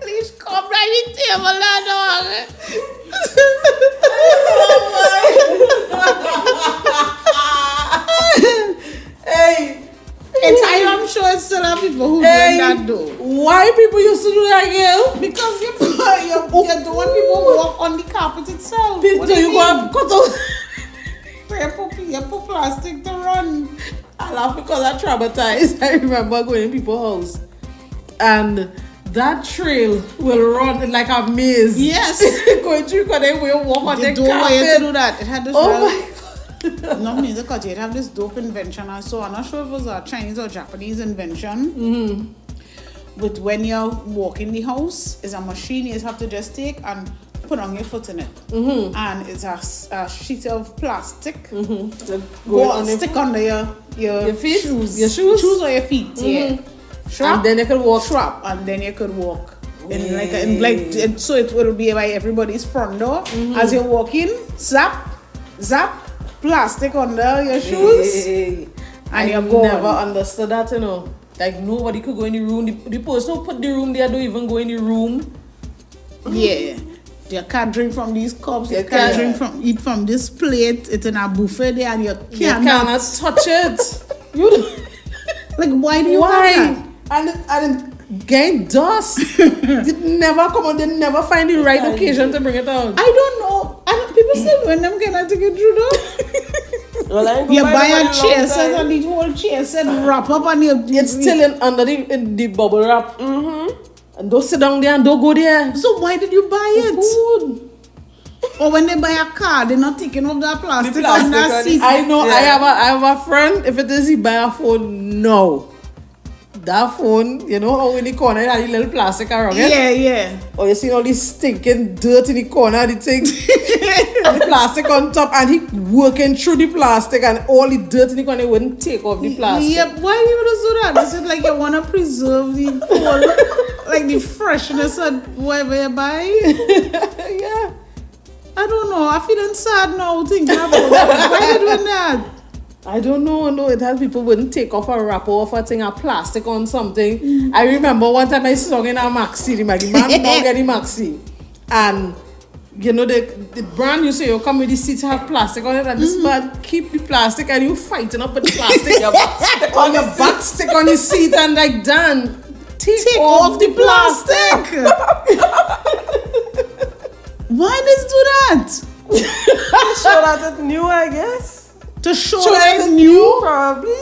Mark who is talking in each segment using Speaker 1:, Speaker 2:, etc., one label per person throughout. Speaker 1: Please come right with him, alone, dog.
Speaker 2: hey,
Speaker 1: Entire, I'm sure it's still have people who
Speaker 2: Hey.
Speaker 1: do that though.
Speaker 2: why people used to do that, girl?
Speaker 1: Because you you're, you're doing people walk on the carpet itself.
Speaker 2: People
Speaker 1: What do you
Speaker 2: you
Speaker 1: mean?
Speaker 2: got cut off.
Speaker 1: Pray for- pray for plastic to run.
Speaker 2: I laugh because I traumatized. I remember going to people's house, and that trail will run like a maze.
Speaker 1: Yes.
Speaker 2: going through because they will walk on
Speaker 1: They
Speaker 2: the
Speaker 1: don't want you to do
Speaker 2: carpet.
Speaker 1: that. It had this
Speaker 2: Oh
Speaker 1: well-
Speaker 2: my god.
Speaker 1: not music culture. It have this dope invention and so I'm not sure if it was a Chinese or Japanese invention.
Speaker 2: Mm-hmm.
Speaker 1: But when you're walking the house, it's a machine you have to just take and put on your foot in it.
Speaker 2: Mm-hmm.
Speaker 1: And it's a, s- a sheet of plastic. Go
Speaker 2: Go on the-
Speaker 1: Mm-hmm. stick under your, your,
Speaker 2: Your feet?
Speaker 1: shoes.
Speaker 2: Your shoes?
Speaker 1: Shoes or your feet,
Speaker 2: Mhm.
Speaker 1: yeah. Strap
Speaker 2: And then they can walk.
Speaker 1: strap and then you could walk. In like, a- in like and so it will be by everybody's front door
Speaker 2: Mm-hmm.
Speaker 1: as you're walking. Zap, zap, plastic under your shoes.
Speaker 2: Hey.
Speaker 1: And
Speaker 2: I
Speaker 1: you're gone.
Speaker 2: never understood that, you know. Like nobody could go in the room. The, the person who put the room there don't even go in the room.
Speaker 1: Yeah. You can't drink from these cups. You,
Speaker 2: You
Speaker 1: can't,
Speaker 2: can't.
Speaker 1: drink from eat from this plate. It's in a buffet there, and you
Speaker 2: You
Speaker 1: cannot.
Speaker 2: cannot touch it. you don't-
Speaker 1: Like, why do you have
Speaker 2: Why?
Speaker 1: that?
Speaker 2: And and gain dust. Did never come on. They never find the right occasion to bring it out.
Speaker 1: I don't know. I don't, people
Speaker 2: Mm.
Speaker 1: still when I'm gonna take it through though.
Speaker 3: Well, I ain't gonna
Speaker 1: you
Speaker 3: buy
Speaker 1: buy
Speaker 3: nobody
Speaker 1: a
Speaker 3: long
Speaker 1: chair set
Speaker 3: time.
Speaker 1: and the whole chair set wrap up and you
Speaker 2: It's still in under the in the bubble wrap. Mm-hmm. And don't sit down there and don't go there.
Speaker 1: So why did you buy it?
Speaker 2: Food.
Speaker 1: Or when they buy a car, they're not taking off that plastic,
Speaker 3: plastic
Speaker 1: on that
Speaker 3: on
Speaker 1: seat.
Speaker 3: it.
Speaker 2: I know. I
Speaker 3: Yeah.
Speaker 2: have a I have a friend. If it is he buy a phone, no. That phone, you know, how in the corner it had the little plastic around it.
Speaker 1: yeah, yeah.
Speaker 2: Or Oh, you see all this stinking dirt in the corner of the thing. the plastic on top and he working through the plastic and all the dirt in the corner wouldn't take off the plastic.
Speaker 1: Yep. Why you just do that? Is it like you want to preserve the whole, like the freshness of whatever you buy?
Speaker 2: yeah.
Speaker 1: I don't know. I feeling sad now thinking about that. Why you doing that?
Speaker 2: I don't know, no, it has people wouldn't take off a wrapper off a thing, a plastic on something.
Speaker 1: Mm.
Speaker 2: I remember one time I sung in a maxi, the Maggie man now get the maxi. And you know the the brand you say you come with the seat have plastic on it and
Speaker 1: Mm.
Speaker 2: this man keep the plastic and you fighting up with the plastic
Speaker 3: Your butt stick
Speaker 2: on your butt stick on his seat and like Dan, take,
Speaker 1: Take off, the plastic. Why does do
Speaker 3: Sure that it new, I guess.
Speaker 1: that? To show
Speaker 2: So
Speaker 1: that
Speaker 2: it's
Speaker 1: it's new?
Speaker 3: Probably.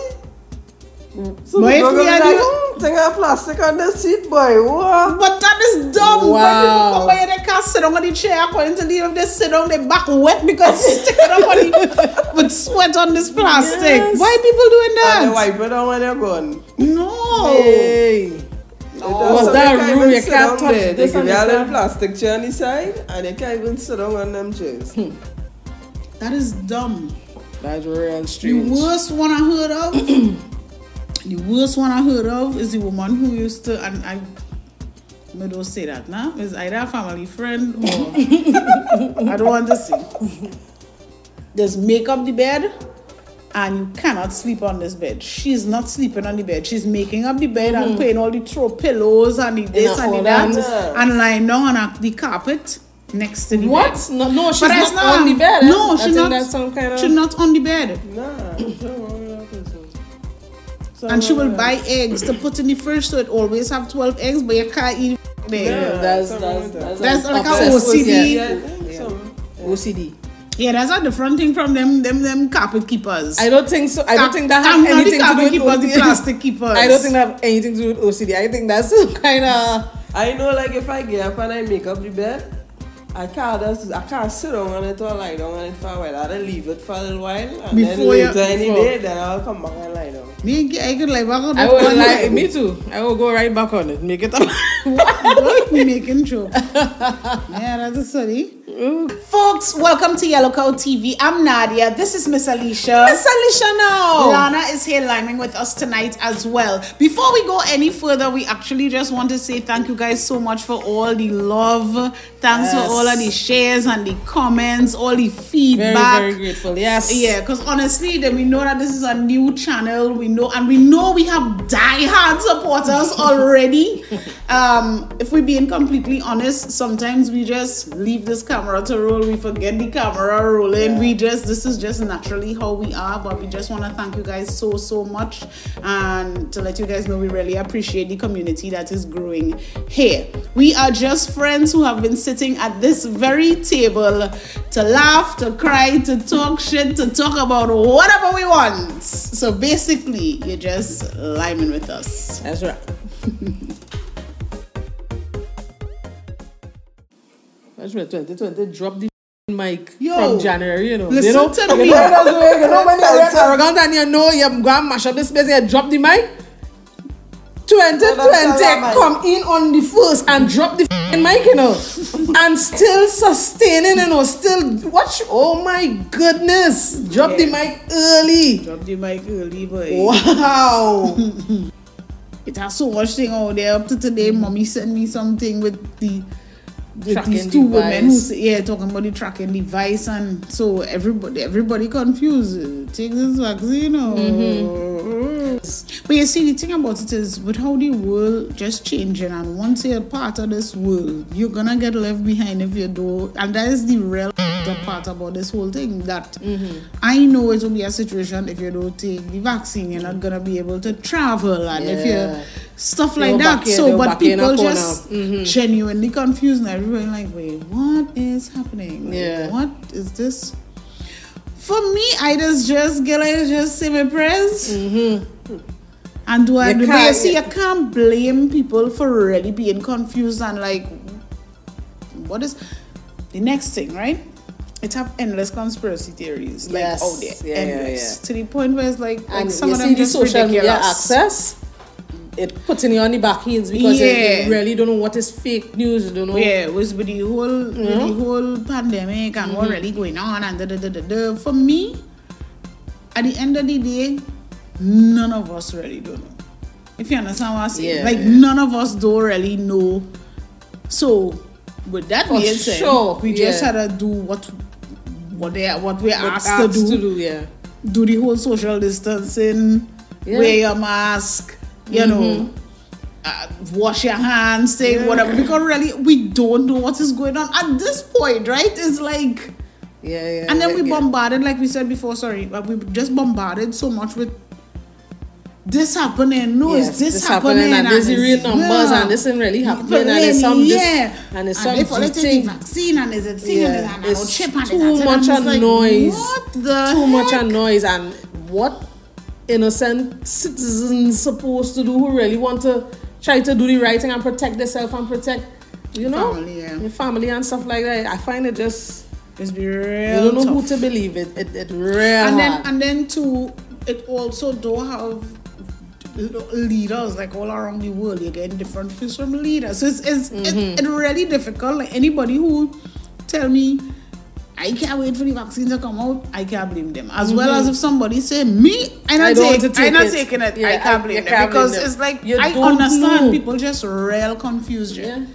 Speaker 3: So
Speaker 1: But
Speaker 3: we
Speaker 1: if
Speaker 3: go
Speaker 1: we
Speaker 3: be
Speaker 1: had
Speaker 3: like,
Speaker 1: you-
Speaker 3: "Mm, Thing of plastic on the seat, boy. What?
Speaker 1: But that is dumb.
Speaker 2: Wow.
Speaker 1: Why people come by here, they can't sit down on the chair according to the if they sit down, they back wet because it's sticking up on the with sweat on this plastic.
Speaker 2: Yes.
Speaker 1: Why people doing
Speaker 3: And they
Speaker 1: that?
Speaker 3: wipe it down when they're gone.
Speaker 1: No.
Speaker 2: Hey. Was that
Speaker 3: So they can't
Speaker 2: room
Speaker 3: even
Speaker 2: you
Speaker 3: sit
Speaker 2: can't
Speaker 3: down
Speaker 2: touch
Speaker 3: there.
Speaker 2: this
Speaker 3: They give
Speaker 2: and
Speaker 3: you a
Speaker 2: you
Speaker 3: little
Speaker 2: can't-
Speaker 3: plastic chair on the side and they can't even sit down on them chairs.
Speaker 1: That is dumb.
Speaker 2: That's real
Speaker 1: The
Speaker 2: strange.
Speaker 1: worst one I heard of the worst one I heard of is the woman who used to and I I don't say that now. It's either a family friend or I don't want to say. Just make up the bed and you cannot sleep on this bed. She's not sleeping on the bed. She's making up the bed and putting all the throw pillows and the this
Speaker 2: her
Speaker 1: and the
Speaker 2: forearms.
Speaker 1: that and lying down on a- the carpet next to the bed.
Speaker 2: What? No, no she's
Speaker 1: but it's
Speaker 2: not, on the bed. eh?
Speaker 1: No,
Speaker 2: I
Speaker 1: she's
Speaker 2: think
Speaker 1: not.
Speaker 2: That's some kind of.
Speaker 1: She's not on the bed.
Speaker 3: Nah, and
Speaker 1: and she will buy eggs to put in the fridge so it always have 12 eggs but you can't eat there
Speaker 2: Yeah, that's
Speaker 3: something
Speaker 2: that's
Speaker 3: like that.
Speaker 2: that's,
Speaker 1: That's like a
Speaker 2: obsessed
Speaker 1: OCD.
Speaker 2: with that.
Speaker 3: Yeah, I think so.
Speaker 2: OCD.
Speaker 1: yeah that's a different thing from them them them carpet keepers
Speaker 2: I don't think so. I don't think that
Speaker 1: I'm
Speaker 2: have
Speaker 1: not the
Speaker 2: anything to do
Speaker 1: carpet
Speaker 2: with
Speaker 1: keepers the
Speaker 2: OCD.
Speaker 1: plastic keepers
Speaker 2: I don't think that have anything to do with OCD. I think that's some kind of.
Speaker 3: I know, like, if I get up and I make up the bed, I can't just, I can't sit down on it or lie down on it for a while. I'll leave it for a little while, and then
Speaker 1: Before you-
Speaker 3: later any
Speaker 2: before.
Speaker 3: day, then I'll come back and lie down.
Speaker 1: me I could like walk out
Speaker 2: I
Speaker 1: with
Speaker 2: will
Speaker 1: one
Speaker 2: like
Speaker 1: leg.
Speaker 2: me too. I will go right back on it. Make it up.
Speaker 1: Don't be making joke yeah that's sorry folks welcome to Yellow Cow TV I'm Nadia this is Miss Alicia
Speaker 2: Miss Alicia now.
Speaker 1: Lana is here liming with us tonight as well. Before we go any further, we actually just want to say thank you guys so much for all the love. Thanks
Speaker 2: Yes.
Speaker 1: for all of the shares and the comments, all the
Speaker 2: Very
Speaker 1: feedback.
Speaker 2: very grateful. Yes.
Speaker 1: Yeah, because honestly, then we know that this is a new channel. We we know, and we know we have die-hard supporters already. Um, if we're being completely honest, sometimes we just leave this camera to roll. We forget the camera rolling. We just this is just naturally how we are. But we just want to thank you guys so so much, and to let you guys know we really appreciate the community that is growing here. We are just friends who have been sitting at this very table to laugh, to cry, to talk shit, to talk about whatever we want. So basically, you're just liming with us.
Speaker 2: That's right. That's right. 2020 drop the mic
Speaker 1: Yo,
Speaker 2: from January, you know.
Speaker 1: listen
Speaker 2: you know,
Speaker 1: to me.
Speaker 2: You know, that's the way, you know when you're arrogant and you know you're going to mash up this place, you drop the mic. 2020
Speaker 3: Salama.
Speaker 2: come in on the first and drop the f***ing mic, you know, and still sustaining, you know, still watch. Oh my goodness, drop the mic early.
Speaker 1: Drop the mic early, boy.
Speaker 2: Wow,
Speaker 1: It has so much thing out there. Up to today, mommy sent me something with the with
Speaker 2: Tracking
Speaker 1: these two women who
Speaker 2: device.
Speaker 1: say, yeah talking about the tracking device and so everybody everybody confused. Take this vaccine or but you see the thing about it is with how the world just changing and once you're part of this world, you're gonna get left behind if you do and that is the real the part about this whole thing that
Speaker 2: Mm-hmm.
Speaker 1: I know it will be a situation if you don't take the vaccine, you're not gonna be able to travel and if
Speaker 2: Yeah.
Speaker 1: you stuff
Speaker 2: They
Speaker 1: like
Speaker 2: were
Speaker 1: that.
Speaker 2: back here, they
Speaker 1: so,
Speaker 2: were
Speaker 1: but
Speaker 2: back here in a
Speaker 1: people
Speaker 2: corner. Mm-hmm.
Speaker 1: just genuinely confused, and everybody like, wait, what is happening? Like,
Speaker 2: Yeah.
Speaker 1: what is this? For me, I just just get like just say my prayers. And do I
Speaker 2: You
Speaker 1: do
Speaker 2: can't-
Speaker 1: you see? I can't blame people for really being confused and like, what is the next thing, right? It have endless conspiracy theories like
Speaker 2: Yes.
Speaker 1: out there,
Speaker 2: Yeah, yeah,
Speaker 1: endless
Speaker 2: yeah.
Speaker 1: to the point where it's like, like
Speaker 2: and
Speaker 1: some
Speaker 2: you
Speaker 1: of
Speaker 2: see
Speaker 1: them
Speaker 2: the
Speaker 1: just
Speaker 2: social media
Speaker 1: ridiculous.
Speaker 2: access. It putting you on the back ends because you-
Speaker 1: Yeah.
Speaker 2: you really don't know what is fake news. You don't know.
Speaker 1: Yeah, it was with the whole with the whole pandemic and
Speaker 2: Mm-hmm.
Speaker 1: what really going on and da, da, da, da, da. For me, at the end of the day, none of us really don't know. If you understand what I'm saying,
Speaker 2: Yeah.
Speaker 1: like none of us don't really know. So, with that
Speaker 2: For
Speaker 1: being said,
Speaker 2: sure,
Speaker 1: we just
Speaker 2: yeah.
Speaker 1: had to do what what they what we're
Speaker 2: What
Speaker 1: asked,
Speaker 2: asked
Speaker 1: to do.
Speaker 2: yeah.
Speaker 1: do the whole social distancing,
Speaker 2: Yeah. Mm-hmm.
Speaker 1: wear your mask, you know, uh, wash your hands, say whatever. Because really, we don't know what is going on at this point, right? It's like,
Speaker 2: Yeah, yeah.
Speaker 1: and then we
Speaker 2: yeah.
Speaker 1: bombarded, like we said before, sorry, but we just bombarded so much with this happening, no,
Speaker 2: Yes,
Speaker 1: it's this, happening,
Speaker 2: and this is
Speaker 1: it's-
Speaker 2: real numbers
Speaker 1: yeah.
Speaker 2: and this ain't really
Speaker 1: But
Speaker 2: happening and
Speaker 1: really,
Speaker 2: it's some this
Speaker 1: yeah.
Speaker 2: and it's
Speaker 1: they
Speaker 2: some
Speaker 1: forget to take
Speaker 2: thing.
Speaker 1: vaccine and there's a thing
Speaker 2: Yeah,
Speaker 1: and there's
Speaker 2: it's
Speaker 1: a chip and there's
Speaker 2: too
Speaker 1: a thing, and
Speaker 2: much
Speaker 1: it's like,
Speaker 2: noise,
Speaker 1: What the
Speaker 2: Too much
Speaker 1: heck?
Speaker 2: and noise and what innocent citizens supposed to do who really want to try to do the right thing and protect themselves and protect you know
Speaker 1: Family, yeah.
Speaker 2: your family and stuff like that. I find it just
Speaker 1: It's be
Speaker 2: you
Speaker 1: real
Speaker 2: don't know
Speaker 1: tough.
Speaker 2: who to believe it. It it real
Speaker 1: and then
Speaker 2: hard.
Speaker 1: and then too, it also don't have leaders like all around the world. You're getting different views from leaders. So it's it's
Speaker 2: Mm-hmm.
Speaker 1: it, it's really difficult. Like anybody who tell me. I can't wait for the vaccine to come out. I can't blame them. As well as if somebody say me, I
Speaker 2: Mm-hmm. I
Speaker 1: not
Speaker 2: don't
Speaker 1: take,
Speaker 2: want to
Speaker 1: I
Speaker 2: take
Speaker 1: not
Speaker 2: it.
Speaker 1: taking it.
Speaker 2: Yeah,
Speaker 1: I
Speaker 2: I-
Speaker 1: can't blame
Speaker 2: you
Speaker 1: them
Speaker 2: can't blame
Speaker 1: because
Speaker 2: them.
Speaker 1: it's like
Speaker 2: You
Speaker 1: I
Speaker 2: don't
Speaker 1: understand
Speaker 2: know.
Speaker 1: people just real confusion.
Speaker 2: Yeah.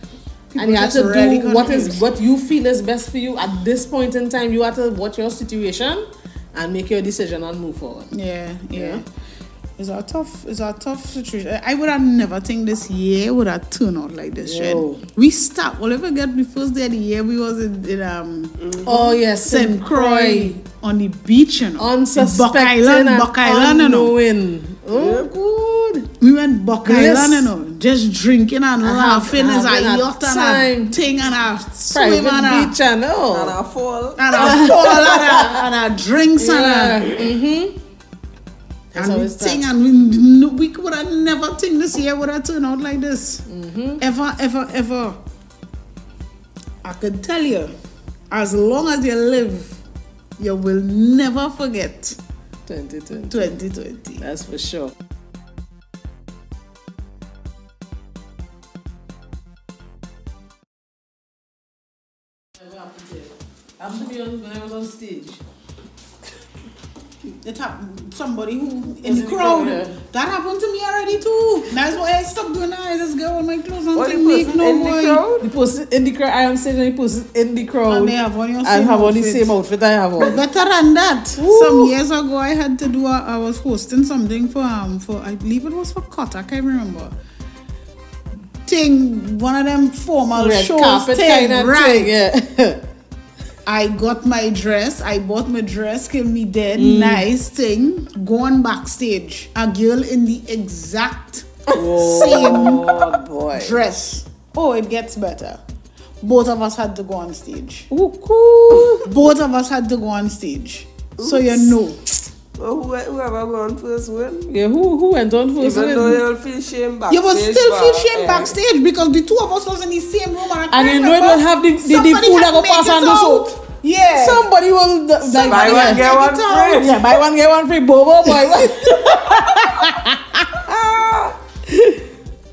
Speaker 1: People
Speaker 2: and you have
Speaker 1: just
Speaker 2: to
Speaker 1: really
Speaker 2: do what
Speaker 1: confused.
Speaker 2: is what you feel is best for you at this point in time. You have to watch your situation and make your decision and move forward.
Speaker 1: Yeah, yeah.
Speaker 2: Yeah.
Speaker 1: It's a tough, it's a tough situation. I I would have never think this year would have turned out like this. Shed.
Speaker 2: Yo.
Speaker 1: We start. Well, ever get the first day of the year we was in, in um
Speaker 2: Oh yes,
Speaker 1: St. Croix on the beach, you know, Buck
Speaker 2: unsuspecting
Speaker 1: Island,
Speaker 2: and
Speaker 1: Buck Island, you know.
Speaker 2: unknowing. Oh good.
Speaker 1: We went Buck
Speaker 2: Yes.
Speaker 1: Island,
Speaker 2: Uh-huh.
Speaker 1: you know, just drinking and laughing as a
Speaker 2: having a
Speaker 1: yacht and
Speaker 2: time.
Speaker 1: a thing and a swim and
Speaker 2: Private
Speaker 1: a,
Speaker 2: beach and
Speaker 3: And
Speaker 2: oh
Speaker 3: I fall.
Speaker 1: and a fall and a, and a drinks
Speaker 2: yeah.
Speaker 1: and a.
Speaker 2: Mm-hmm. That's
Speaker 1: and we
Speaker 2: always
Speaker 1: think,
Speaker 2: that.
Speaker 1: and we, no, we would have never think this year would have turned out like this. Ever, ever, ever. I can tell you, as long as you live, you will never forget
Speaker 2: 2020.
Speaker 1: 2020.
Speaker 2: That's for sure. I'm to be on when I was on stage.
Speaker 1: it happened somebody who in
Speaker 3: Is
Speaker 1: the
Speaker 3: it
Speaker 1: crowd.
Speaker 3: yeah.
Speaker 1: That happened to me already too. That's why I stopped doing that. I just get all my clothes and
Speaker 3: What
Speaker 1: take
Speaker 3: the
Speaker 1: make
Speaker 3: person
Speaker 1: no
Speaker 3: in the
Speaker 1: more.
Speaker 3: crowd?
Speaker 2: You post it in the crowd. I am saying you post it in the crowd.
Speaker 1: And they have on your
Speaker 2: I
Speaker 1: same
Speaker 2: have on the
Speaker 1: outfit.
Speaker 2: same outfit I have on.
Speaker 1: Better than that.
Speaker 2: Ooh.
Speaker 1: Some years ago, I had to do. A, I was hosting something for um for I believe it was for Cut. I can't remember. Thing one of them formal
Speaker 2: Red
Speaker 1: shows
Speaker 2: carpet
Speaker 1: thing,
Speaker 2: kind of
Speaker 1: right?
Speaker 2: thing. Yeah.
Speaker 1: I got my dress. I bought my dress. Kill me dead.
Speaker 2: Mm.
Speaker 1: Nice thing. Gone backstage. A girl in the exact
Speaker 3: Oh boy.
Speaker 1: dress. Oh, it gets better. Both of us had to go on stage.
Speaker 2: Ooh, cool.
Speaker 1: Both of us had to go on stage. So you know.
Speaker 3: Well, who- whoever go on first win.
Speaker 2: Yeah, who who went on first?
Speaker 3: Even though
Speaker 2: with-
Speaker 3: you'll feel shame backstage.
Speaker 1: You will still feel
Speaker 3: but,
Speaker 1: shame
Speaker 3: eh,
Speaker 1: backstage because the two of us was in the same room and, I
Speaker 2: And
Speaker 1: can't
Speaker 2: you know it
Speaker 1: remember-
Speaker 2: will have the- the- the
Speaker 1: somebody
Speaker 2: food
Speaker 1: had
Speaker 2: that will
Speaker 1: make
Speaker 2: pass
Speaker 1: it
Speaker 2: on the
Speaker 1: out.
Speaker 2: soap.
Speaker 1: Yeah.
Speaker 2: Somebody will like,
Speaker 3: Buy
Speaker 1: Somebody
Speaker 3: one,
Speaker 1: had
Speaker 3: get
Speaker 1: make
Speaker 3: one
Speaker 1: it out.
Speaker 3: free.
Speaker 2: yeah, buy one get one free. Bobo buy one.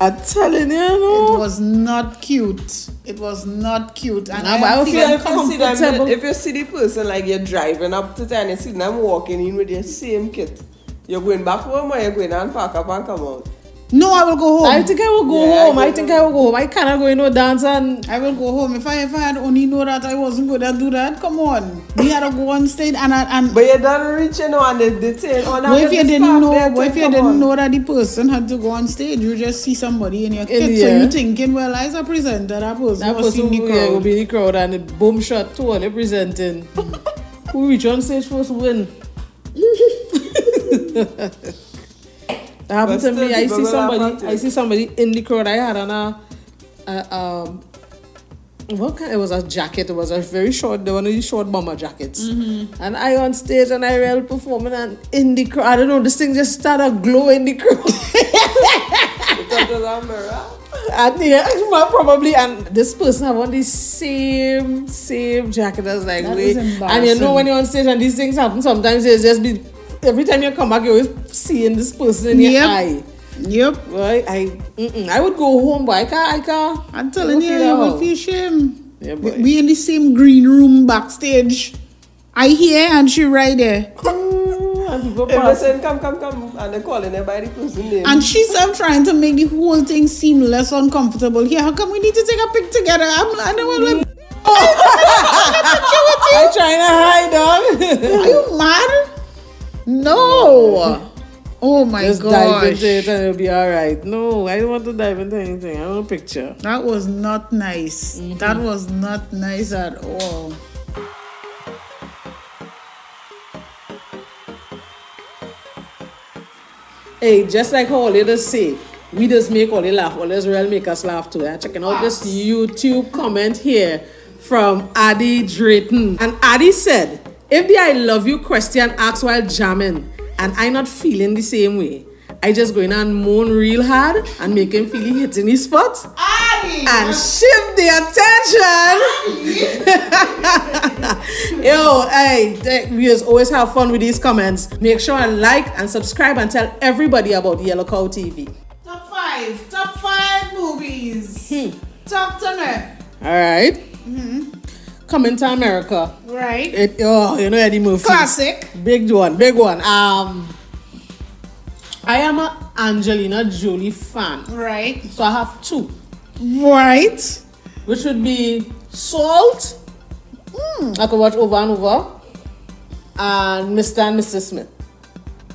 Speaker 2: I'm telling you,
Speaker 1: It
Speaker 2: no.
Speaker 1: was not cute. It was not cute. And
Speaker 2: Nah,
Speaker 1: I,
Speaker 2: but I
Speaker 1: am
Speaker 2: would
Speaker 1: thinking-
Speaker 2: feel
Speaker 3: Yeah, if you see them,
Speaker 2: Uncomfortable.
Speaker 3: if you see the person like you're driving up to town, you see them walking in with their same kit. You're going back home or you're going and pack up and come out.
Speaker 1: no, I will go home.
Speaker 2: I think I will go
Speaker 3: Yeah, I
Speaker 2: home. I,
Speaker 3: go
Speaker 2: think
Speaker 3: home.
Speaker 2: I will go home. I cannot go in no dance and
Speaker 1: I will go home. If I if I had only know that I wasn't gonna do that, come on. We had to go on stage and I- and
Speaker 3: But you don't reach, you know, and they detain. Oh, now
Speaker 1: what if
Speaker 3: they
Speaker 1: you
Speaker 3: stop
Speaker 1: didn't know
Speaker 3: there,
Speaker 1: what if
Speaker 3: take
Speaker 1: you
Speaker 3: them
Speaker 1: didn't
Speaker 3: on.
Speaker 1: know that the person had to go on stage? You just see somebody in your
Speaker 2: In
Speaker 1: kid.
Speaker 2: the
Speaker 1: So
Speaker 2: air.
Speaker 1: you thinking, well, as a presenter, that person
Speaker 2: that
Speaker 1: was
Speaker 2: person
Speaker 1: in the
Speaker 2: who, yeah, will
Speaker 1: crowd.
Speaker 2: be in the crowd and the boom shot too and representing. who reach on stage first win. that happened to
Speaker 3: But still,
Speaker 2: me. I
Speaker 3: people
Speaker 2: see
Speaker 3: will laugh at
Speaker 2: somebody.
Speaker 3: you.
Speaker 2: I see somebody in the crowd. I had on a, a um, what kind? It was a jacket. It was a very short. One of these short bomber jackets. And I on stage and I real performing and in the crowd. I don't know. This thing just started glow in the crowd.
Speaker 3: Because of that mirror.
Speaker 2: And yeah, probably. And this person have on the same, same jacket. I was like,
Speaker 1: That
Speaker 2: wait.
Speaker 1: is
Speaker 2: And you know, when you're on stage and these things happen, sometimes it's just be, every time you come back, you're always seeing this person in your
Speaker 1: Yep.
Speaker 2: eye.
Speaker 1: Yep.
Speaker 2: Right? I, mm-mm, I would go home, but I can't, I can't.
Speaker 1: I'm telling
Speaker 2: I
Speaker 1: you,
Speaker 2: would feel
Speaker 1: you
Speaker 2: that
Speaker 1: will
Speaker 2: how.
Speaker 1: feel shame.
Speaker 2: Yeah,
Speaker 1: we,
Speaker 2: boy.
Speaker 1: we in the same green room backstage. I hear and she right there. Oh,
Speaker 2: And people
Speaker 3: If they
Speaker 2: pass.
Speaker 3: saying, come, come, come, and they're calling you by the person name.
Speaker 1: And she's up trying to make the whole thing seem less uncomfortable. Here, how come we need to take a pic together? I'm, I don't want to like,
Speaker 2: I trying to
Speaker 1: Are
Speaker 2: hide them.
Speaker 1: you mad? No. Oh my
Speaker 2: Just dive into it
Speaker 1: gosh.
Speaker 2: and it'll be all right. No, I don't want to dive into anything. I want a picture.
Speaker 1: That was not nice.
Speaker 2: Mm-hmm.
Speaker 1: That was not nice at all.
Speaker 2: Hey, just like how Ole just say, we just make Ole laugh. Ole's real make us laugh too. I'm checking out this YouTube comment here from Adi Drayton. And Adi said, if the I love you question asks while jamming and I not feeling the same way, I just go in and moan real hard and make him feel he hitting his spot
Speaker 1: Abby!
Speaker 2: and shift the attention. Yo, hey, th- we just always have fun with these comments. Make sure and like and subscribe and tell everybody about Yellow Cow TV.
Speaker 1: Top five. Top five movies.
Speaker 2: Hmm.
Speaker 1: Talk to me.
Speaker 2: All right. Coming to America.
Speaker 1: Right.
Speaker 2: It, oh, you know Eddie Murphy.
Speaker 1: Classic.
Speaker 2: Big one, big one. Um, I am a Angelina Jolie fan,
Speaker 1: Right.
Speaker 2: so I have two,
Speaker 1: Right.
Speaker 2: which would be Salt.
Speaker 1: Mm.
Speaker 2: I could watch over and over. And Mr. and Mrs. Smith.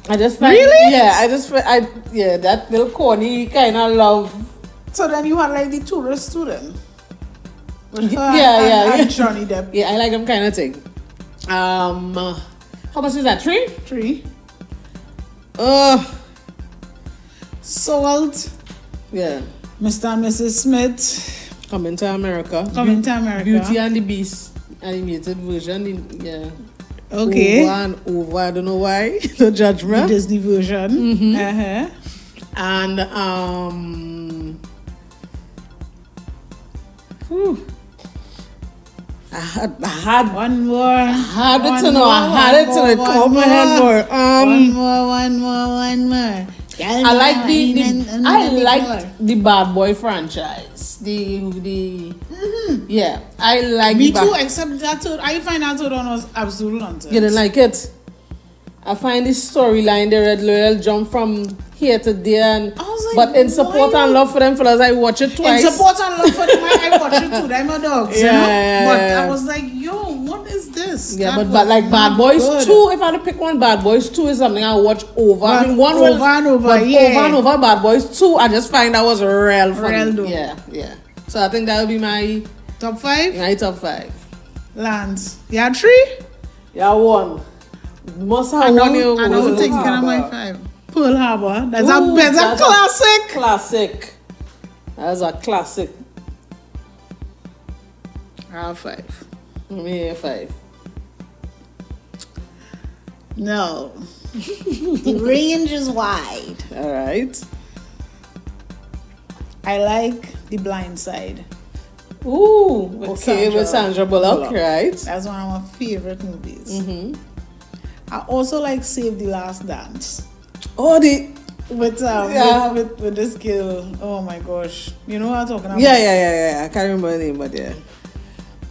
Speaker 2: I just find,
Speaker 1: Really?
Speaker 2: Yeah, I just fi- I yeah that little corny kind of love.
Speaker 1: So then you had like the tourist student. With her
Speaker 2: Yeah, yeah,
Speaker 1: and,
Speaker 2: yeah.
Speaker 1: and Johnny Depp.
Speaker 2: Yeah, I like them kind of thing. Um, uh, how much is that three?
Speaker 1: Three.
Speaker 2: Uh,
Speaker 1: Salt.
Speaker 2: yeah.
Speaker 1: Mr. and Mrs. Smith.
Speaker 2: Coming to America.
Speaker 1: Coming to America.
Speaker 2: Beauty and the Beast animated version. in- Yeah.
Speaker 1: Okay.
Speaker 2: Over and over. I don't know why.
Speaker 1: The
Speaker 2: no judgment.
Speaker 1: Disney version.
Speaker 2: Mm-hmm.
Speaker 1: Uh-huh.
Speaker 2: and um whew, I had I had
Speaker 1: One more. I
Speaker 2: had it to know, I had it to know, come on, one more. Um,
Speaker 1: one more, one more, one more.
Speaker 2: I like the, the I like the bad boy franchise. The the yeah. I like
Speaker 1: Mm-hmm. Me
Speaker 2: the bad-
Speaker 1: too, except that toad, I find that toad on was absolute nonsense.
Speaker 2: You didn't like it. I find this storyline the Red Loyal jump from here to there, and
Speaker 1: I was like,
Speaker 2: but in support
Speaker 1: why not?
Speaker 2: and love for them fellas, I watch it twice.
Speaker 1: In support and love for them, I I watch it too. They're my dogs, you
Speaker 2: Yeah,
Speaker 1: know.
Speaker 2: yeah,
Speaker 1: but
Speaker 2: yeah,
Speaker 1: I
Speaker 2: yeah.
Speaker 1: was like, yo, what is this?
Speaker 2: yeah,
Speaker 1: That
Speaker 2: but,
Speaker 1: was
Speaker 2: but like Bad
Speaker 1: not
Speaker 2: Boys
Speaker 1: good.
Speaker 2: Two, if I had to pick one, Bad Boys Two is something I watch over. I
Speaker 1: But
Speaker 2: mean, one
Speaker 1: over
Speaker 2: will-
Speaker 1: and over,
Speaker 2: but
Speaker 1: yeah.
Speaker 2: over and over. Bad Boys Two, I just find that was real
Speaker 1: Real
Speaker 2: funny.
Speaker 1: dope.
Speaker 2: yeah, yeah. So I think that would be my
Speaker 1: Top five
Speaker 2: my top five.
Speaker 1: lands. Yeah, three.
Speaker 2: Yeah, one. Must have
Speaker 1: I
Speaker 2: one. you-
Speaker 1: know. I know.
Speaker 2: was
Speaker 1: Taking
Speaker 2: it-
Speaker 1: care of my
Speaker 3: Harbor.
Speaker 1: five. Pearl Harbor. That's a
Speaker 2: oh, Ooh,
Speaker 1: that's a
Speaker 2: that's a-
Speaker 1: classic.
Speaker 2: Classic. That's a classic.
Speaker 1: Ah, five.
Speaker 2: Give me a five.
Speaker 1: No.
Speaker 4: The range is wide.
Speaker 2: All right.
Speaker 1: I like the blind side.
Speaker 2: Ooh, okay,
Speaker 1: Sandra
Speaker 2: with Sandra Bullock,
Speaker 1: Bullock.
Speaker 2: right?
Speaker 1: That's one of my favorite movies.
Speaker 2: Mhm.
Speaker 1: I also like Save the Last Dance
Speaker 2: Oh, the
Speaker 1: with um
Speaker 2: Yeah.
Speaker 1: with, with, with this girl. Oh my gosh, you know what I'm talking about?
Speaker 2: yeah, yeah, yeah, yeah. I can't remember her name, but yeah,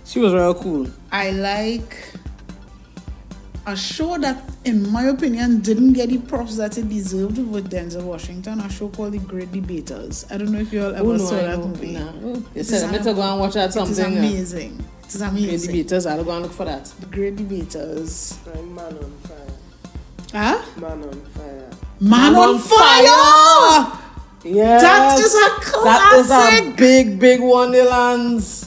Speaker 2: she was real cool.
Speaker 1: I like a show that, in my opinion, didn't get the props that it deserved with Denzel Washington. A show called The Great Debaters. I don't know if you all ever
Speaker 2: Oh, no,
Speaker 1: saw
Speaker 2: I
Speaker 1: that
Speaker 2: know.
Speaker 1: movie.
Speaker 2: Nah. You
Speaker 1: It
Speaker 2: said
Speaker 1: is
Speaker 2: I better
Speaker 1: an-
Speaker 2: go and watch that
Speaker 1: It is
Speaker 2: something. uh,
Speaker 1: amazing. It is amazing.
Speaker 2: Lady Beaters. I'll go and look for that.
Speaker 1: the Great Debaters.
Speaker 3: Like man on fire.
Speaker 1: Huh?
Speaker 3: Man on fire.
Speaker 1: Man,
Speaker 2: Man
Speaker 1: on,
Speaker 2: on
Speaker 1: fire!
Speaker 2: Yeah,
Speaker 1: That is a
Speaker 2: That is a
Speaker 1: classic.
Speaker 2: big, big Wonderland's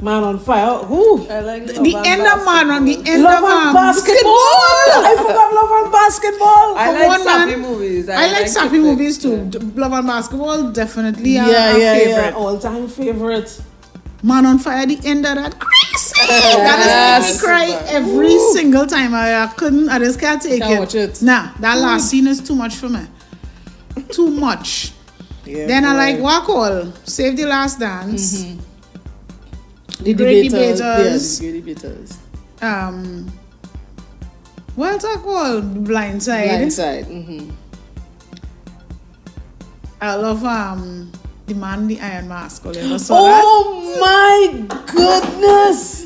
Speaker 2: man on fire. Ooh.
Speaker 3: I like
Speaker 1: The Enderman on the Enderman.
Speaker 2: Love and basketball. I forgot love and basketball.
Speaker 3: I
Speaker 1: Come
Speaker 3: like
Speaker 1: on,
Speaker 3: sappy
Speaker 1: man.
Speaker 3: movies.
Speaker 1: I like sappy
Speaker 3: chick flick.
Speaker 1: movies too. D- Love and Basketball definitely are
Speaker 2: yeah,
Speaker 1: our
Speaker 2: yeah,
Speaker 1: favorite.
Speaker 2: yeah. All time favorite.
Speaker 1: Man on Fire, the end of that crazy. That
Speaker 2: Yes.
Speaker 1: has made me cry every single time. I, I couldn't, I just can't take
Speaker 2: Can't
Speaker 1: it.
Speaker 2: watch it.
Speaker 1: Nah, that last scene is too much for me. Too much.
Speaker 2: Yeah,
Speaker 1: then I
Speaker 2: boy.
Speaker 1: like Walk All, Save the Last Dance,
Speaker 2: the
Speaker 1: Great
Speaker 2: debaters.
Speaker 1: Debaters.
Speaker 2: Yeah, the great debaters.
Speaker 1: um, what's that called? Blind Side.
Speaker 2: Blindside. Mm-hmm.
Speaker 1: I love um, The Man in the Iron Mask. Or whatever. So that.
Speaker 2: Oh my goodness!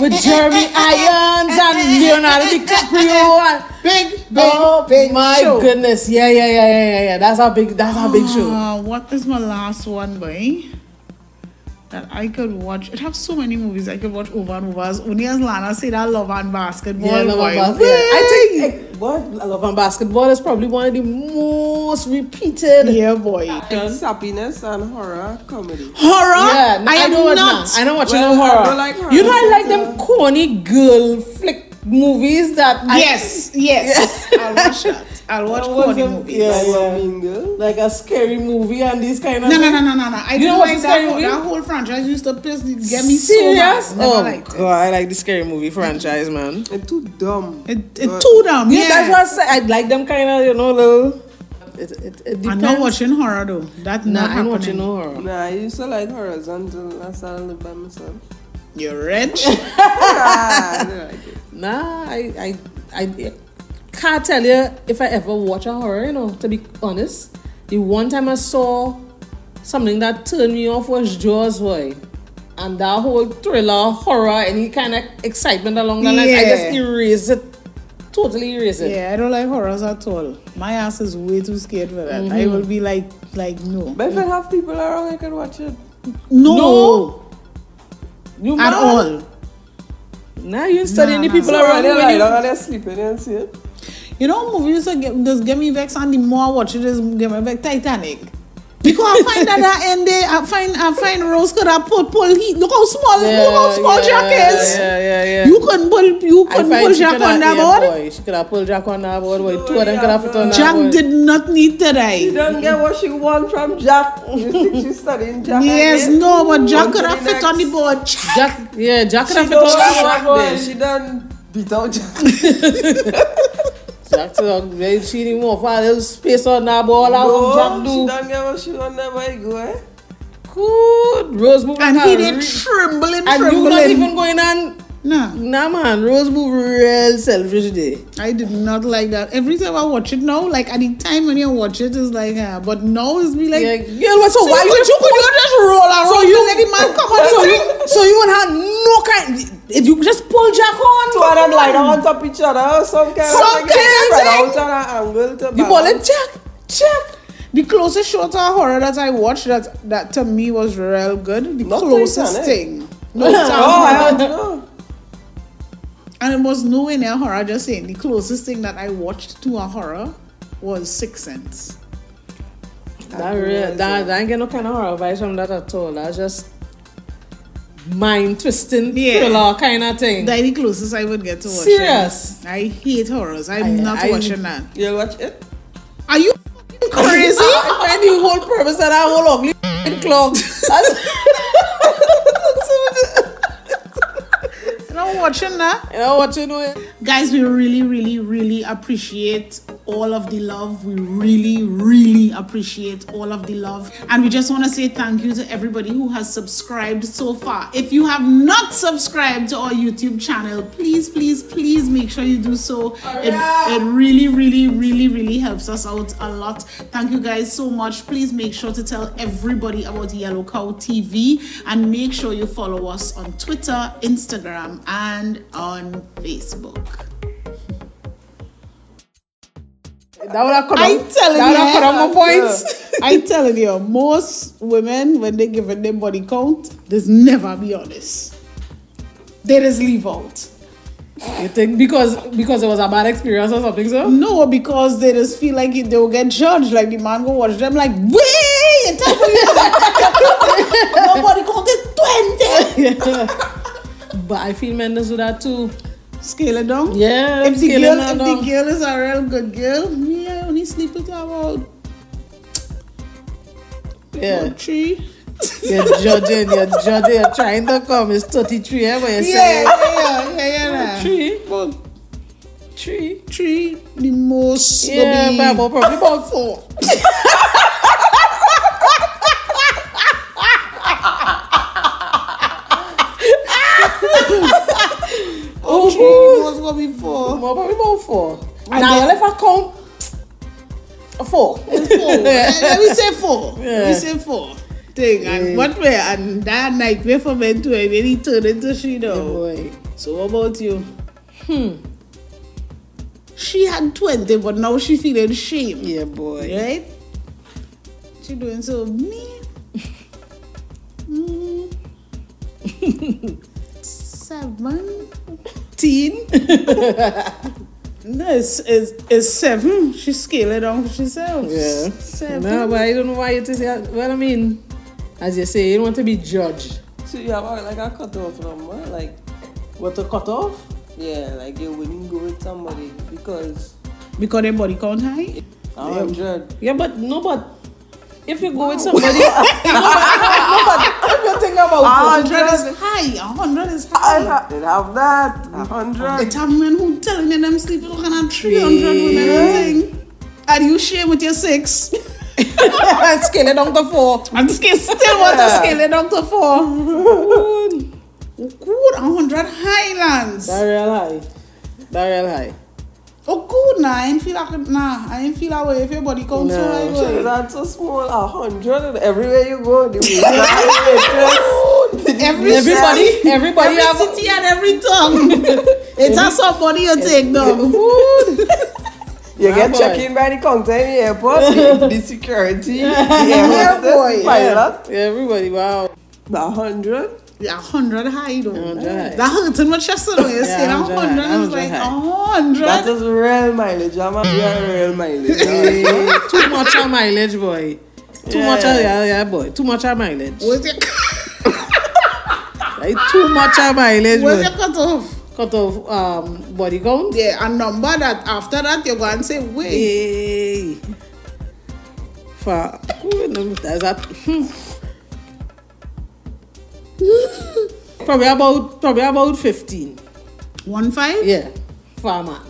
Speaker 2: With Jeremy Irons and Leonardo DiCaprio and
Speaker 1: Big, big,
Speaker 2: oh
Speaker 1: big
Speaker 2: my
Speaker 1: show.
Speaker 2: goodness! Yeah, yeah, yeah, yeah, yeah, yeah. That's our big. That's our big show.
Speaker 1: Uh, what is my last one, boy? That I could watch. It have so many movies I could watch over and over. As only as Lana said, I love and basketball.
Speaker 2: Yeah, Love
Speaker 1: boy.
Speaker 2: and Bas- yeah. I think eh, what Love and Basketball is probably one of the most repeated.
Speaker 1: Whey! yeah, boy.
Speaker 3: Like Sappiness and horror comedy.
Speaker 1: Horror.
Speaker 2: Yeah, no,
Speaker 1: I,
Speaker 2: I,
Speaker 1: am
Speaker 2: know it now.
Speaker 1: not.
Speaker 2: I know what you
Speaker 3: Well,
Speaker 2: know
Speaker 3: I
Speaker 2: horror.
Speaker 3: don't like horror.
Speaker 2: You know I like them corny girl flick movies that I-
Speaker 1: yes, yes. I'll watch that. I'll watch
Speaker 2: That was
Speaker 1: corny
Speaker 2: a-
Speaker 1: movies.
Speaker 2: yeah.
Speaker 3: Like a mean girl.
Speaker 2: like a scary movie and these kind of
Speaker 1: No, no, no, no, no, no. I
Speaker 2: You
Speaker 1: didn't
Speaker 2: know what's
Speaker 1: like
Speaker 2: a
Speaker 1: that.
Speaker 2: scary
Speaker 1: whole-
Speaker 2: movie?
Speaker 1: That whole franchise used to piss me, get me
Speaker 2: me serious.
Speaker 1: so mad. Never
Speaker 2: oh
Speaker 1: liked it.
Speaker 2: god, I like the scary movie franchise, man.
Speaker 3: And too dumb.
Speaker 1: It, it too dumb.
Speaker 2: Yeah,
Speaker 1: Yeah,
Speaker 2: that's what I say. I like them kind of, you know, little. It, it, it depends.
Speaker 1: I'm not watching horror though. That's
Speaker 2: Nah,
Speaker 1: not
Speaker 2: I'm
Speaker 1: happening.
Speaker 2: watching no horror.
Speaker 3: Nah, I used to like horrors until I started living by myself.
Speaker 1: You're rich.
Speaker 3: ah, I didn't like it.
Speaker 2: Nah, I, I, I can't tell you if I ever watch a horror. You know, to be honest, the one time I saw something that turned me off was Jaws, boy. And that whole thriller, horror, any kind of excitement along that line, I just
Speaker 1: Yeah.
Speaker 2: erase it. Totally erase it.
Speaker 1: Yeah, I don't like horrors at all. My ass is way too scared for that. I
Speaker 2: Mm-hmm.
Speaker 1: will be like, like no,
Speaker 3: But if I have people around, I can watch it.
Speaker 1: no,
Speaker 2: You
Speaker 1: at
Speaker 2: mad?
Speaker 1: all.
Speaker 2: Nah, you studying
Speaker 1: Nah,
Speaker 2: the
Speaker 1: nah,
Speaker 2: people
Speaker 3: People
Speaker 2: around
Speaker 3: around,
Speaker 2: you.
Speaker 3: they
Speaker 2: when
Speaker 3: lie
Speaker 2: you-
Speaker 3: down and they sleep and they see it.
Speaker 1: You know, movies that get, just get me vexed, and the more I watch it, just get me vexed. Titanic. Because I find that that end day, I find I find Rose could have pulled pull he look how small look how small Jack is.
Speaker 2: Yeah, yeah, yeah.
Speaker 1: You couldn't pull you
Speaker 2: I
Speaker 1: couldn't
Speaker 2: find
Speaker 1: pull
Speaker 2: she
Speaker 1: Jack
Speaker 2: coulda-
Speaker 1: on that
Speaker 2: yeah,
Speaker 1: board.
Speaker 2: Boy, she could have pulled Jack on that board. Boy, two
Speaker 3: Boy,
Speaker 2: of them could have put on that
Speaker 1: Jack
Speaker 2: board.
Speaker 1: did not need to
Speaker 3: She
Speaker 1: die.
Speaker 3: don't get what she want from Jack. You think she's studying Jack?
Speaker 1: Yes,
Speaker 3: again?
Speaker 1: no, but Jack
Speaker 3: On to
Speaker 1: could have
Speaker 3: the
Speaker 1: fit on the
Speaker 3: next.
Speaker 1: board. Jack.
Speaker 2: Jack, yeah, Jack could
Speaker 3: She
Speaker 2: have
Speaker 3: don't
Speaker 2: put on
Speaker 3: Jack
Speaker 2: that
Speaker 3: there.
Speaker 2: board.
Speaker 3: She done beat out Jack.
Speaker 2: Jack "Oh, took yeah, she didn't want for a little space on that ball. Out
Speaker 3: No,
Speaker 2: of
Speaker 3: she
Speaker 2: Jack
Speaker 3: don't get what she want. Never I go eh.
Speaker 2: do. Good. Rose moving
Speaker 1: And
Speaker 2: her
Speaker 1: he did
Speaker 2: re-
Speaker 1: trembling,
Speaker 2: And you not
Speaker 1: trembling.
Speaker 2: even going on
Speaker 1: Nah,
Speaker 2: Nah, man, Rosebud real selfish today.
Speaker 1: I did not like that. Every time I watch it now, like at the time when you watch it, it's like, ah, but now it's be like,
Speaker 2: yeah, girl, what's so
Speaker 1: so
Speaker 2: why
Speaker 1: you could, you could you just roll around,
Speaker 2: So
Speaker 1: so
Speaker 2: you-
Speaker 1: you let the man come
Speaker 2: so
Speaker 1: on.
Speaker 2: you so you won't have no kind. You just pull Jack on.
Speaker 3: Two of them lie down on top of each other, some kind
Speaker 2: Some
Speaker 3: of thing
Speaker 2: kind
Speaker 3: spread
Speaker 2: of
Speaker 3: out on an angle to
Speaker 2: You call it Jack, Jack.
Speaker 1: The closest show to horror that I watched that that to me was real good. The
Speaker 3: Not
Speaker 1: closest
Speaker 3: Titan, eh?
Speaker 1: thing. No,
Speaker 2: Oh,
Speaker 1: Titan.
Speaker 3: Oh, I don't know.
Speaker 1: and it was nowhere near horror. I'm Just saying, the closest thing that I watched to a horror was Sixth Sense.
Speaker 2: That real, that, that ain't get no kind of horror vibes from that at all. That's just mind twisting
Speaker 1: Yeah.
Speaker 2: thriller kind of thing.
Speaker 1: That's the closest I would get to watching.
Speaker 2: Serious?
Speaker 1: I hate horrors. I'm
Speaker 2: I-
Speaker 1: not
Speaker 2: I-
Speaker 1: watching that.
Speaker 3: You watch it?
Speaker 1: Are you fucking crazy?
Speaker 2: and the whole purpose of that whole ugly clock.
Speaker 1: You're not watching that?
Speaker 2: you know what you doing?
Speaker 1: Guys, we really, really, really appreciate all of the love. We really, really appreciate all of the love. And we just want to say thank you to everybody who has subscribed so far. If you have not subscribed to our YouTube channel, please, please, please make sure you do so. It, it really, really, really, really helps us out a lot. Thank you guys so much. Please make sure to tell everybody about Yellow Cow TV and make sure you follow us on Twitter, Instagram, and on Facebook.
Speaker 2: That would have cut
Speaker 1: I'm
Speaker 2: off-
Speaker 1: telling
Speaker 2: that would have
Speaker 1: you.
Speaker 2: cut off my points.
Speaker 1: I'm telling you, most women, when they give a their body count, there's never be honest. They just leave out.
Speaker 2: You think because because it was a bad experience or something, so?
Speaker 1: No, because they just feel like they will get judged. Like the man go watch them like, wait, tell me your body count is 20.
Speaker 2: But I feel men does do that too.
Speaker 1: Scale it down.
Speaker 2: Yeah,
Speaker 1: If the,
Speaker 2: scaling
Speaker 1: girl,
Speaker 2: that
Speaker 1: if
Speaker 2: down.
Speaker 1: the girl is a real good girl, me, I only sleep with her about
Speaker 2: Yeah.
Speaker 1: three.
Speaker 2: You're judging, you're judging, you're trying to come. It's 33, eh? But you're
Speaker 1: Yeah,
Speaker 2: saying
Speaker 1: yeah, yeah, yeah. yeah.
Speaker 2: three,
Speaker 1: About
Speaker 2: three.
Speaker 1: three, the most. will
Speaker 2: Yeah,
Speaker 1: be-
Speaker 2: but about- probably about four.
Speaker 1: Oh, three was what before.
Speaker 2: Well, probably about four.
Speaker 1: And
Speaker 2: now,
Speaker 1: then-
Speaker 2: well, if I count four,
Speaker 1: Four. Let let me say four. Let
Speaker 2: Yeah. Mm.
Speaker 1: me say four. Thing and what way and that night way for men to and really turn into she though.
Speaker 2: Oh, boy,
Speaker 1: So what about you? Hmm. She had twenty, but now she feeling shame.
Speaker 2: yeah, boy.
Speaker 1: Right? She doing so me. Mm. Seven.
Speaker 2: Teen,
Speaker 1: No, it's, it's, it's seven. She scaled it down for herself.
Speaker 2: yeah.
Speaker 1: Seven.
Speaker 2: No, but I don't know why it is. yeah, Well, I mean, as you say, you don't want to be judged.
Speaker 3: So you have a, like a cutoff number, like
Speaker 2: What to cut off?
Speaker 3: yeah, like you wouldn't go with somebody because
Speaker 1: Because their body count high.
Speaker 3: a hundred.
Speaker 2: Yeah, but no, but if you go with somebody, no, but, no, but if you think about it,
Speaker 1: is high. A hundred is
Speaker 3: I
Speaker 1: high.
Speaker 3: ha- did have that. A hundred.
Speaker 1: It's a man who telling me them sleeping with a three hundred women
Speaker 2: Yeah.
Speaker 1: and thing. And you share with your six.
Speaker 2: scale it down to four.
Speaker 1: And this kid still want
Speaker 2: É.
Speaker 1: to scale it down to four. Good, a hundred highlands.
Speaker 2: That real high. That real high.
Speaker 1: Oh good, nah, I ain't feel like nah, I ain't feel that way if your body count so
Speaker 2: No.
Speaker 1: high.
Speaker 3: So
Speaker 1: boy.
Speaker 3: that's so small. A hundred and everywhere you go, the waitress, the
Speaker 1: Every
Speaker 2: Everybody-
Speaker 1: city-
Speaker 2: everybody
Speaker 1: every
Speaker 2: have-
Speaker 1: city and every tongue. it's not somebody you take down.
Speaker 3: You
Speaker 2: Ah,
Speaker 3: get
Speaker 2: boy.
Speaker 3: checked in by the counter in the airport, the, the security, the air
Speaker 1: Yeah,
Speaker 3: hostess,
Speaker 1: boy,
Speaker 3: the pilot,
Speaker 2: Yeah, everybody, wow.
Speaker 3: the hundred.
Speaker 1: Yeah, 100 high though.
Speaker 2: 100 high.
Speaker 1: That hurting my chest though. You
Speaker 2: Yeah,
Speaker 1: say that
Speaker 2: 100 high,
Speaker 1: 100 I was
Speaker 2: 100
Speaker 1: like,
Speaker 2: high.
Speaker 1: 100?
Speaker 3: That is real mileage. I'm a yeah, real mileage. eh?
Speaker 2: Too much of mileage, boy. Too much of yeah, yeah, boy. Too much of mileage.
Speaker 1: Where's your,
Speaker 2: Like, too much of mileage,
Speaker 1: where's
Speaker 2: boy.
Speaker 1: your cutoff?
Speaker 2: Cut off um body count.
Speaker 1: Yeah, a number that after that you're going to say, wait.
Speaker 2: Yay. For that's that. hmm. probably about probably about fifteen.
Speaker 1: 1 5?
Speaker 2: Yeah, for a man.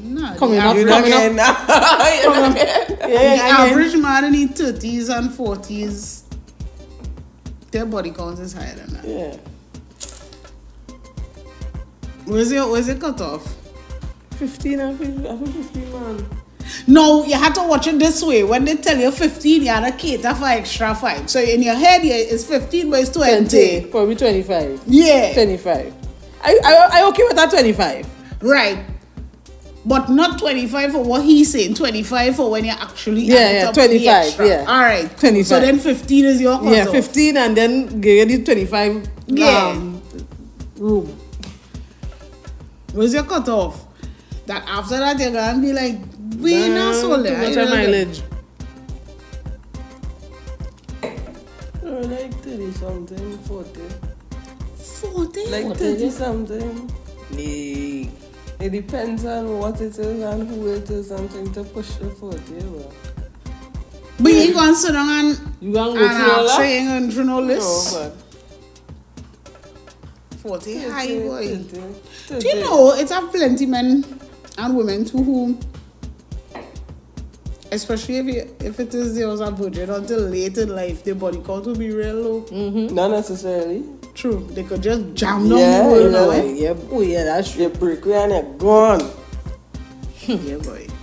Speaker 1: No.
Speaker 2: Coming
Speaker 1: the
Speaker 2: up,
Speaker 1: average,
Speaker 3: You're
Speaker 2: coming
Speaker 3: not
Speaker 2: up.
Speaker 3: getting that. You're not
Speaker 2: Yeah,
Speaker 3: getting that.
Speaker 1: the
Speaker 2: yeah, yeah.
Speaker 1: average man in the 30s and 40s, their body count is higher than that.
Speaker 2: yeah.
Speaker 1: Where's your where's your cutoff?
Speaker 2: 15, I think, I think 15, man.
Speaker 1: No, you had to watch it this way. When they tell you 15, you had to cater for extra five. So in your head, yeah, it's 15, but it's 20.
Speaker 2: 20, probably 25.
Speaker 1: Yeah.
Speaker 2: 25. I, I, I okay with that 25.
Speaker 1: Right. But not 25 for what he's saying, 25 for when you actually
Speaker 2: Yeah,
Speaker 1: add it
Speaker 2: yeah,
Speaker 1: up with the
Speaker 2: 25,
Speaker 1: extra.
Speaker 2: yeah.
Speaker 1: All right.
Speaker 2: 25.
Speaker 1: So then 15 is your cutoff.
Speaker 2: Yeah, 15 and then get the 25
Speaker 1: Yeah.
Speaker 2: um, room.
Speaker 1: Where's your cutoff? That after that, you're going to be like, we
Speaker 2: Damn,
Speaker 1: not sold
Speaker 2: Uh, Too much of mileage.
Speaker 3: Oh, like 30 something, 40.
Speaker 1: 40.
Speaker 3: Like 30 something. It depends on what it is and who it is and thing to push the 40. Well.
Speaker 1: but you ain't going to sit down and,
Speaker 2: You going to
Speaker 1: and
Speaker 2: go through all
Speaker 1: ask,
Speaker 2: that?
Speaker 1: say Ah, you ain't going to know
Speaker 3: No,
Speaker 1: this.
Speaker 3: but
Speaker 1: 40
Speaker 3: 30,
Speaker 1: high boy.
Speaker 3: 30,
Speaker 1: Do you
Speaker 3: 30.
Speaker 1: know it's have plenty men and women to whom, especially if you, if it is they was a virgin until late in life, their body count will be real low.
Speaker 3: Not necessarily.
Speaker 1: True, they could just jam down
Speaker 3: Yeah,
Speaker 1: the world
Speaker 3: you know
Speaker 1: now. eh?
Speaker 2: Yeah, oh yeah, that's true.
Speaker 3: You break we and you're gone.
Speaker 1: Yeah, boy.